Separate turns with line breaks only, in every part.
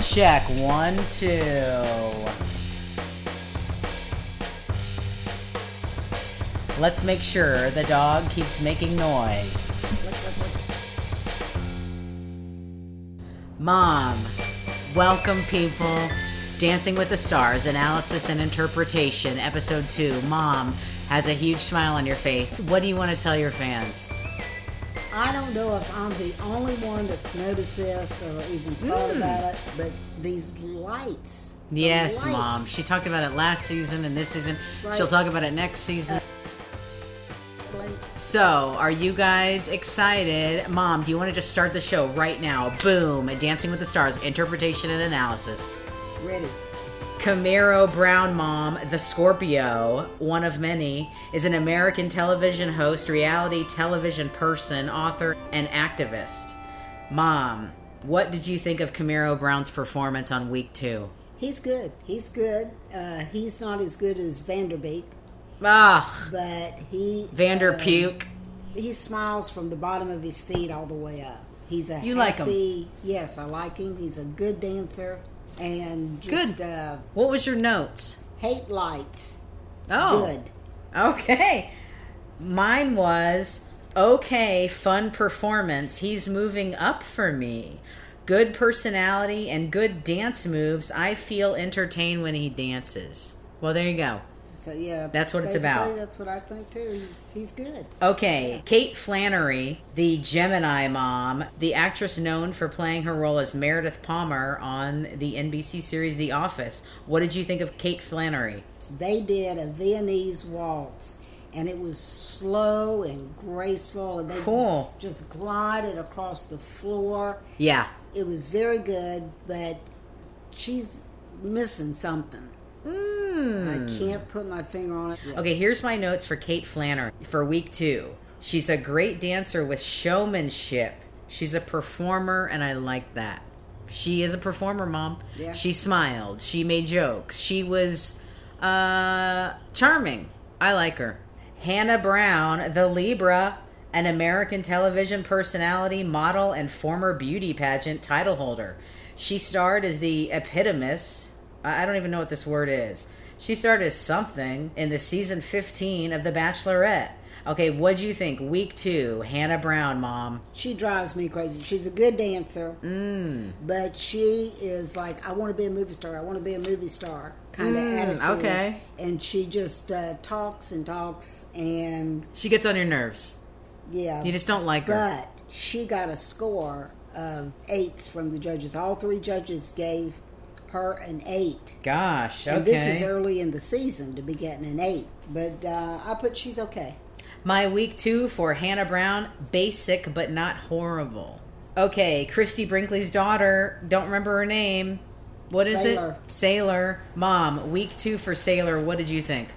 check. One, two. Let's make sure the dog keeps making noise. Mom, welcome people. Dancing with the Stars, Analysis and Interpretation, Episode 2. Mom has a huge smile on your face. What do you want to tell your fans?
I don't know if I'm the only one that's noticed this or even thought
Hmm.
about it, but these lights. the
Yes,
lights.
Mom. She talked about it last season and this season. She'll
Right.
talk about it next season.
Like,
So, are you guys excited? Mom, do you want to just start the show right now? Boom. Dancing with the Stars, Interpretation and Analysis.
ready.
Camaro Brown Mom, the Scorpio, one of many, is an American television host, reality television person, author, and activist. Mom, what did you think of Camaro Brown's performance on week two?
He's good. He's good. Uh, he's not as good as Vanderbeek,
Ugh,
but he.
Vander
uh,
Puke.
he smiles from the bottom of his feet all the way up. He's a
You like him?
happy- Yes, I like him. He's a good dancer and just
Good.
Uh,
What was your notes?
hate lights.
Oh,
Good.
Okay. Mine was okay, fun performance. He's moving up for me. Good personality and good dance moves. I feel entertained when he dances. Well, there you go.
So yeah,
That's what it's
basically
about.
That's what I think too. He's he's good.
Okay, Kate Flannery, the Gemini mom, the actress known for playing her role as Meredith Palmer on the NBC series The Office. What did you think of Kate Flannery?
They did a Viennese waltz, and it was slow and graceful, and they
Cool.
just glided across the floor.
Yeah.
It was very good, but she's missing something.
Hmm.
I can't put my finger on it. yet.
Okay, here's my notes for Kate Flannery for week two. She's a great dancer with showmanship. She's a performer, and I like that. She is a performer, mom.
Yeah.
She smiled. She made jokes. She was uh, charming. I like her. Hannah Brown, the Libra, an American television personality, model, and former beauty pageant title holder. She starred as the epitomus. I I don't even know what this word is. She started as something in the season 15 of The Bachelorette. Okay, what'd you think? Week two, Hannah Brown, mom.
She drives me crazy. She's a good dancer,
Hmm.
but she is like, I want to be a movie star. I want to be a movie star kind of attitude.
Hmm. okay.
And she just uh, talks and talks, and
She gets on your nerves.
yeah.
You just don't like her.
but she got a score of eights from the judges. All three judges gave her an eight.
Gosh, okay.
And this is early in the season to be getting an eight. But uh, I put she's okay.
My week two for Hannah Brown, basic but not horrible. Okay, Christy Brinkley's daughter, don't remember her name. What is
Sailor.
it? Sailor. Mom, week two for Sailor, what did you think?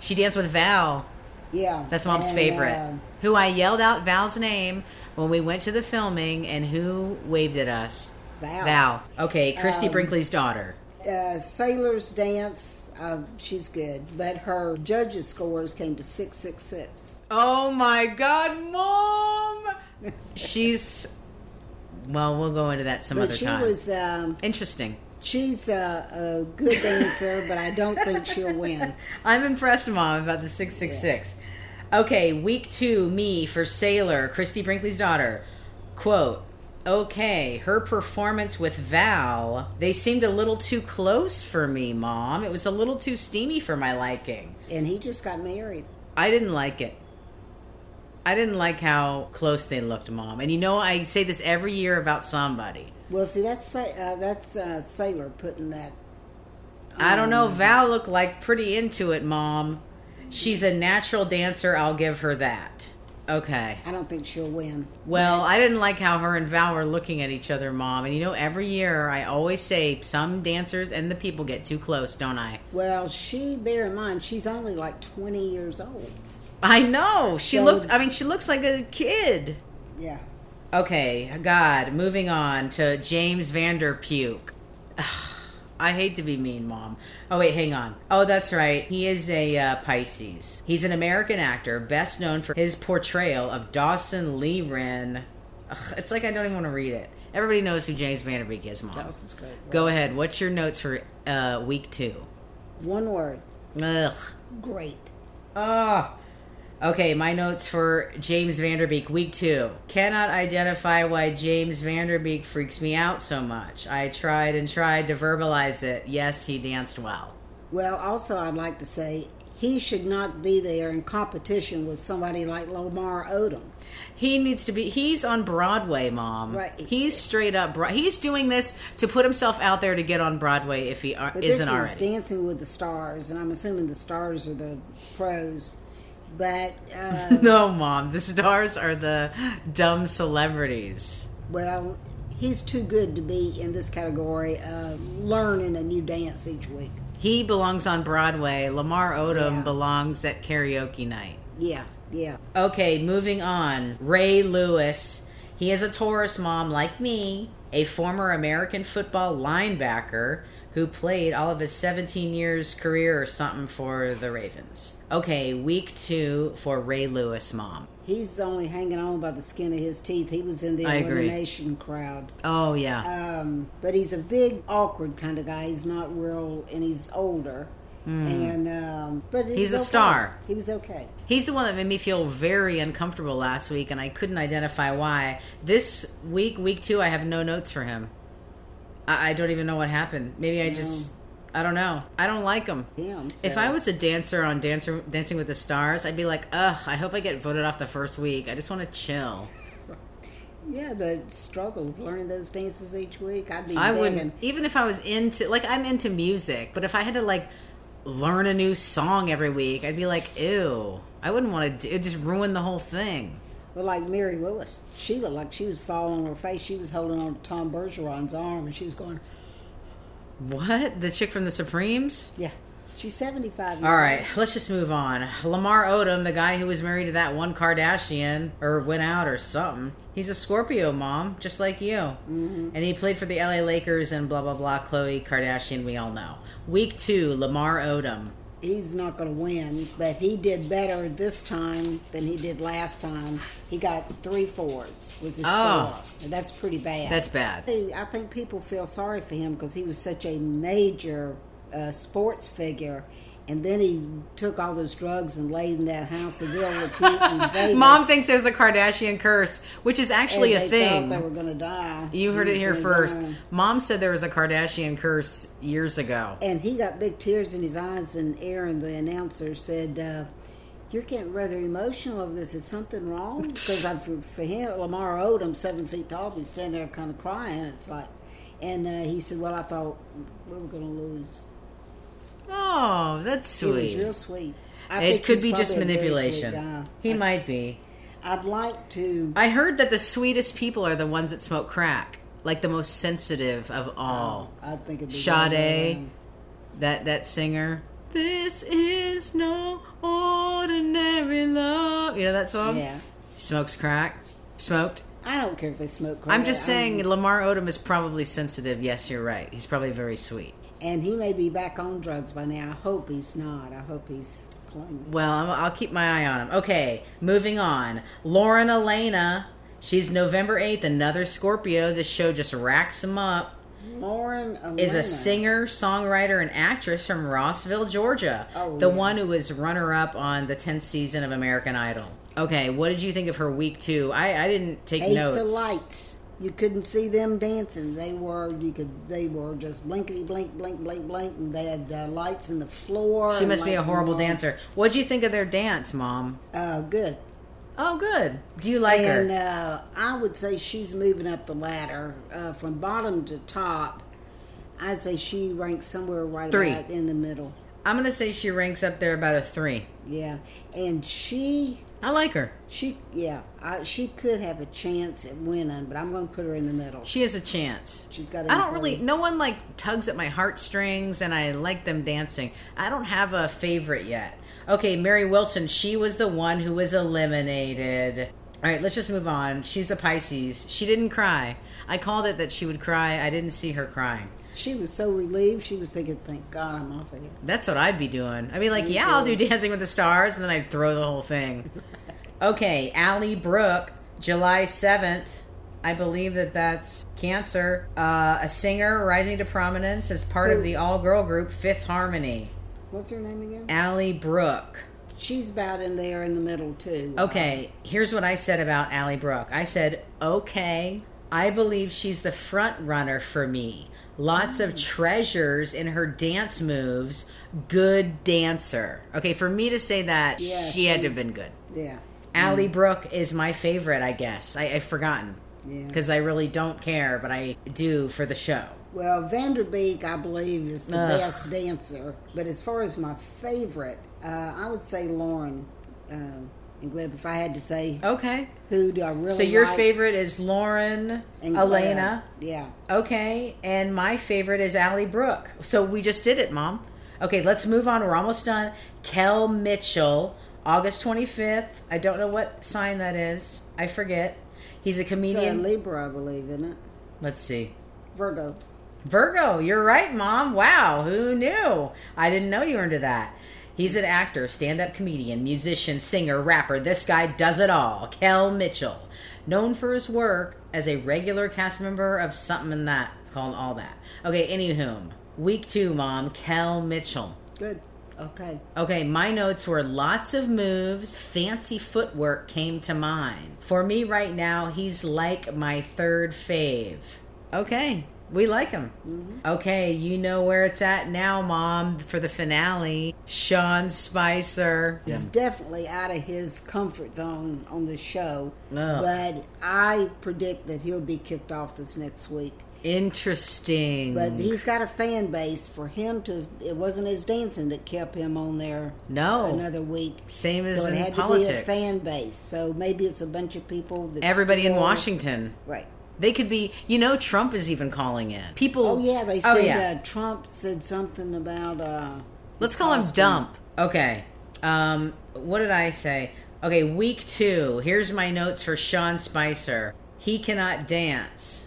She danced with Val.
Yeah.
That's mom's
And,
favorite.
uh,
who I yelled out Val's name when we went to the filming, and who waved at us?
Val. Um,
Val. Okay, Christy Brinkley's daughter.
uh, Sailor's Dance, uh, she's good, but her judges' scores came to 666.
Oh my God, Mom! She's. Well, we'll go into that some
But
other
she
time.
was, um,
Interesting.
she's uh, a, a good dancer, but I don't think she'll win.
I'm impressed, Mom, about the 666. Okay, week two, me for Sailor, Christy Brinkley's daughter. Quote, okay, her performance with Val, they seemed a little too close for me, Mom. It was a little too steamy for my liking.
And he just got married.
I didn't like it. I didn't like how close they looked, Mom. And you know, I say this every year about somebody.
Well, see, that's Sa- uh, that's uh, Sailor putting that.
I don't know. Val looked like pretty into it, Mom. She's a natural dancer. I'll give her that. Okay.
I don't think she'll win.
Well, I didn't like how her and Val were looking at each other, Mom. And you know, every year I always say some dancers and the people get too close, don't I?
Well, she, bear in mind, she's only like 20 years old.
I know. She
So-
looked, I mean, she looks like a kid.
Yeah.
Okay, God, moving on to James Vander Puke. I hate to be mean, Mom. Oh, wait, hang on. Oh, that's right. He is a uh, Pisces. He's an American actor, best known for his portrayal of Dawson Lee Wren. Ugh, it's like I don't even want to read it. Everybody knows who James Vanderbeek is, Mom.
That was just great.
Go ahead. What's your notes for uh, week two?
One word.
Ugh.
Great.
Ah. Okay, my notes for James Vanderbeek, week two. Cannot identify why James Vanderbeek freaks me out so much. I tried and tried to verbalize it. Yes, he danced well.
Well, also, I'd like to say he should not be there in competition with somebody like Lamar Odom.
He needs to be. He's on Broadway, Mom.
Right.
He's straight up. Bro- he's doing this to put himself out there to get on Broadway if he are,
But
isn't
this
already.
is Dancing with the Stars, and I'm assuming the stars are the pros. But uh,
No, mom. The stars are the dumb celebrities.
well, he's too good to be in this category of learning a new dance each week.
He belongs on Broadway. Lamar Odom
Yeah.
belongs at karaoke night.
Yeah, yeah.
Okay, moving on. Ray Lewis. He is a Taurus mom like me, a former American football linebacker who played all of his 17 years career or something for the Ravens. Okay, week 2 for Ray Lewis mom.
He's only hanging on by the skin of his teeth. He was in the
I agree.
elimination crowd.
Oh yeah.
Um, but he's a big, awkward kind of guy. He's not real, and he's older. And um, but he
Hmm. He's
was
a
okay.
star.
He was okay.
He's the one that made me feel very uncomfortable last week, and I couldn't identify why. This week, week two, I have no notes for him. I, I don't even know what happened. Maybe I just, I don't know. I don't like him.
Him.
If
so-
I was a dancer on Dancer Dancing with the Stars, I'd be like, ugh, I hope I get voted off the first week. I just want to chill.
yeah, the struggle of learning those dances each week, I'd be.
I
begging.
wouldn't, even if I was into, like, I'm into music, but if I had to, like, learn a new song every week, I'd be like, ew. I wouldn't want to, it just ruin the whole thing.
Well, like Mary Willis, she looked like she was falling on her face. She was holding on to Tom Bergeron's arm, and she was going,
What? The chick from the Supremes?
"Yeah, she's seventy-five." years
All
old.
right, let's just move on. Lamar Odom, the guy who was married to that one Kardashian or went out or something, he's a Scorpio mom, just like you.
Mm-hmm.
And he played for the LA Lakers and blah, blah, blah. Chloe Kardashian, we all know. Week two, Lamar Odom.
he's not going to win, but he did better this time than he did last time. He got three fours was his
Oh.
score, and that's pretty bad.
That's
I
bad.
think- I think people feel sorry for him because he was such a major uh, sports figure, and then he took all those drugs and laid in that house of ill repute in Vegas.
Mom thinks there's a Kardashian curse, which is
and
actually
they
a
thought
thing.
they were going to die.
you heard
He
it
was
here
gonna
first.
die.
Mom said there was a Kardashian curse years ago.
And he got big tears in his eyes, and Aaron, the announcer, said, uh, "You're getting rather emotional over this. Is something wrong?" Because for, for him, Lamar Odom, seven feet tall, be standing there kind of crying. It's like, and uh, he said, "Well, I thought we were going to lose."
Oh, that's
He was
sweet.
real sweet. I
it
think
could
he's
be just
probably a very sweet
manipulation.
guy.
He might be.
I'd like to.
I heard that the sweetest people are the ones that smoke crack, like the most sensitive of all.
I think it'd be
Sade, that that singer. This is no ordinary love. You know that song?
Yeah,
Smokes crack. Smoked.
I don't care if they smoke. Crack.
I'm just saying, Lamar Odom is probably sensitive. Yes, you're right. He's probably very sweet.
and he may be back on drugs by now. I hope he's not. I hope he's clean.
Well, I'm, I'll keep my eye on him. Okay, moving on. Lauren Elena. She's November 8th, another Scorpio. This show just racks them up.
Lauren
is a
Elena.
singer, songwriter, and actress from Rossville, Georgia.
Oh,
the
yeah.
one who was runner up on the 10th season of American Idol. Okay, what did you think of her week two? I, I didn't take
Ate
notes.
the lights. You couldn't see them dancing. They were you could. They were just blinkety blink, blink, blink, blink, and they had the lights in the floor.
She
and
must be a
lights in
horrible
the wall.
dancer. What'd you think of their dance, Mom?
Uh, good.
Oh, good. Do you like
and
her?
uh, I would say she's moving up the ladder uh, from bottom to top. I'd say she ranks somewhere right
Three.
about in the middle.
I'm going to say she ranks up there about a three.
Yeah, and she
I like her.
she yeah I, she could have a chance at winning, but I'm going to put her in the middle.
She has a chance.
She's got.
I don't
important-
really. No one like tugs at my heartstrings, and I like them dancing. I don't have a favorite yet. Okay, Mary Wilson. She was the one who was eliminated. All right, let's just move on. She's a Pisces. She didn't cry. I called it that she would cry. I didn't see her crying.
She was so relieved. She was thinking, "Thank God I'm off of here."
That's what I'd be doing. I'd be like, yeah, I'll do Dancing with the Stars, and then I'd throw the whole thing. okay, Allie Brooke, July 7th. I believe that that's cancer. Uh, a singer rising to prominence as part of
Who?
the all girl group Fifth Harmony.
What's her name again?
Allie Brooke.
She's about in there in the middle too.
Okay, here's what I said about Allie Brooke. I said, okay, I believe she's the front runner for me. Lots
Mm.
of treasures in her dance moves. Good dancer. Okay, for me to say that,
Yeah, Mm.
she had to have been good.
Yeah.
Allie Brooke is my favorite, I guess. I, I've forgotten
Yeah.
because I really don't care, but I do for the show.
Well, Vanderbeek, I believe, is the
Ugh.
best dancer. But as far as my favorite, uh, I would say Lauren um, and Gleb. If I had to say
Okay.
who do I really
Oh. So your
like
favorite is Lauren
and
Elena.
Gleb. Yeah.
Okay, and my favorite is Allie Brooke. So we just did it, Mom. Okay, let's move on. We're almost done. Kel Mitchell, August 25th. I don't know what sign that is. I forget. He's a
It's a
comedian.
Libra, I believe, isn't it?
let's see.
Virgo.
Virgo, you're right, Mom. Wow, who knew? I didn't know you were into that. He's an actor, stand up comedian, musician, singer, rapper. This guy does it all. Kel Mitchell. Known for his work as a regular cast member of something in that. It's called All That. Okay, anywhom. Week two, Mom. Kel Mitchell.
Good. Okay.
Okay, my notes were lots of moves, fancy footwork came to mind. For me right now, he's like my third fave. Okay, we like him.
Mm-hmm.
Okay, you know where it's at now, Mom, for the finale. Sean Spicer.
He's definitely out of his comfort zone on the show.
Ugh.
But I predict that he'll be kicked off this next week.
Interesting.
But he's got a fan base for him to. It wasn't his dancing that kept him on there
no,
another week.
same as
so it
in
had
politics.
to be a fan base. So maybe it's a bunch of people that
Everybody in
still-
Washington.
right?
They could be, you know, Trump is even calling in. People.
Oh yeah, they
Oh,
said
yeah.
Uh, Trump said something about. Uh,
Let's call him Dump. Okay. Um, what did I say? Okay, week two. Here's my notes for Sean Spicer. He cannot dance.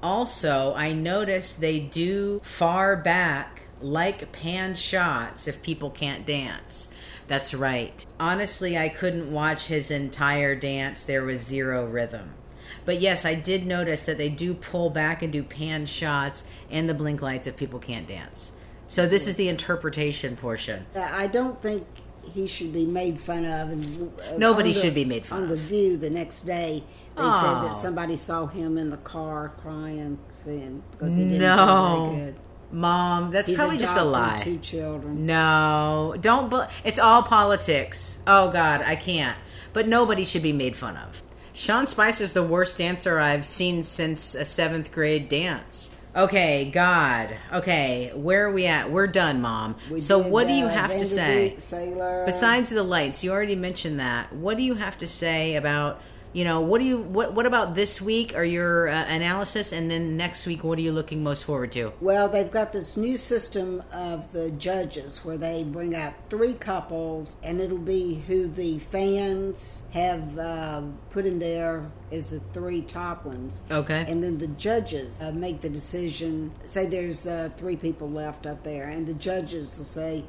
Also, I noticed they do far back like pan shots if people can't dance. That's right. Honestly, I couldn't watch his entire dance. There was zero rhythm. But yes, I did notice that they do pull back and do pan shots and the blink lights if people can't dance. So this is the interpretation portion.
Uh, I don't think he should be made fun of. And uh,
Nobody
on the-
should be made fun
on the
of.
View the next day. They said
Oh.
that somebody saw him in the car crying, saying because he didn't
No.
do very good.
Mom, that's
He's
probably just a lie.
adopted Two children.
No, don't. Bu- it's all politics. Oh God, I can't. But nobody should be made fun of. Sean Spicer's the worst dancer I've seen since a seventh grade dance. Okay, God. Okay, where are we at? We're done, Mom.
We
so
did,
what do you
uh,
have to say?
Vanderbilt, Sailor.
Besides the lights, you already mentioned that. What do you have to say about? You know, what do you what what about this week or your uh, analysis and then next week what are you looking most forward to?
well, they've got this new system of the judges where they bring out three couples, and it'll be who the fans have uh, put in there as the three top ones.
Okay.
And then the judges uh, make the decision. Say there's uh, three people left up there, and the judges will say,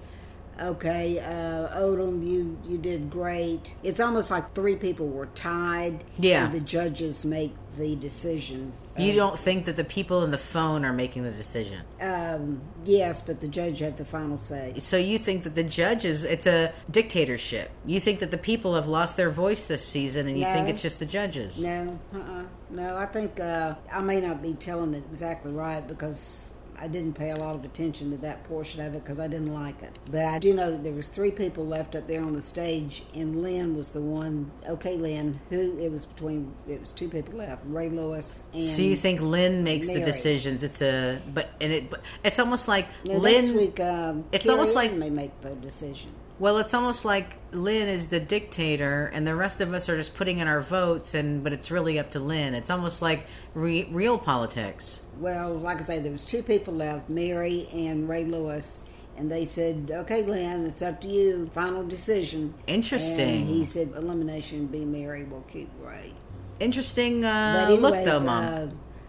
"Okay, uh, Odom, you you did great." It's almost like three people were tied.
Yeah.
And the judges make the decision.
You don't think that the people in the phone are making the decision.
Um, yes, but the judge had the final say.
So you think that the judges, it's a dictatorship. You think that the people have lost their voice this season and you think
No.
it's just the judges.
No, uh-uh. no. I think uh, I may not be telling it exactly right because I didn't pay a lot of attention to that portion of it because I didn't like it. But I do know that there was three people left up there on the stage, and Lynn was the one. Okay, Lynn. Who it was between? It was two people left: Ray Lewis and.
So you think Lynn makes the
Mary.
decisions. It's a but and it but it's almost like
Now, next
Lynn
week, um,
it's
Carrie
almost like-
Ann may make the decision.
well it's almost like Lynn is the dictator and the rest of us are just putting in our votes and but it's really up to Lynn. It's almost like re- real politics.
Well, like I say, there was two people left, Mary and Ray Lewis, and they said, "Okay, Glenn, it's up to you. Final decision."
Interesting.
And he said, "Elimination be Mary. We'll keep Ray."
Interesting uh,
But anyway,
look though, mom.
uh,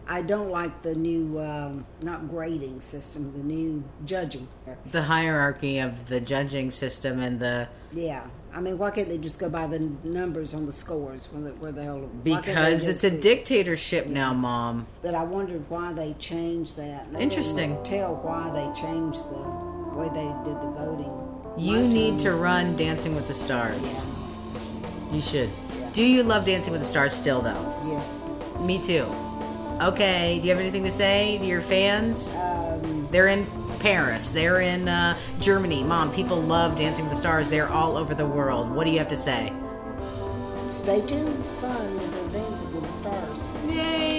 I don't like the new, um, not grading system, the new judging.
The hierarchy of the judging system and the
Yeah. I mean, why can't they just go by the n- numbers on the scores where the, where the hell? why can't they
because it's
just
a
do-
dictatorship now, mom.
But I wondered why they changed that. And I
Interesting.
couldn't Tell why they changed the way they did the voting.
You need to run Dancing with the Stars. You should. Do you love Dancing with the Stars still though?
Yes.
Me too. Okay, do you have anything to say to your fans?
Um,
They're in Paris. They're in uh, Germany. Mom, people love Dancing with the Stars. They're all over the world. What do you have to say?
stay tuned. Fun. Dancing with the Stars.
Yay!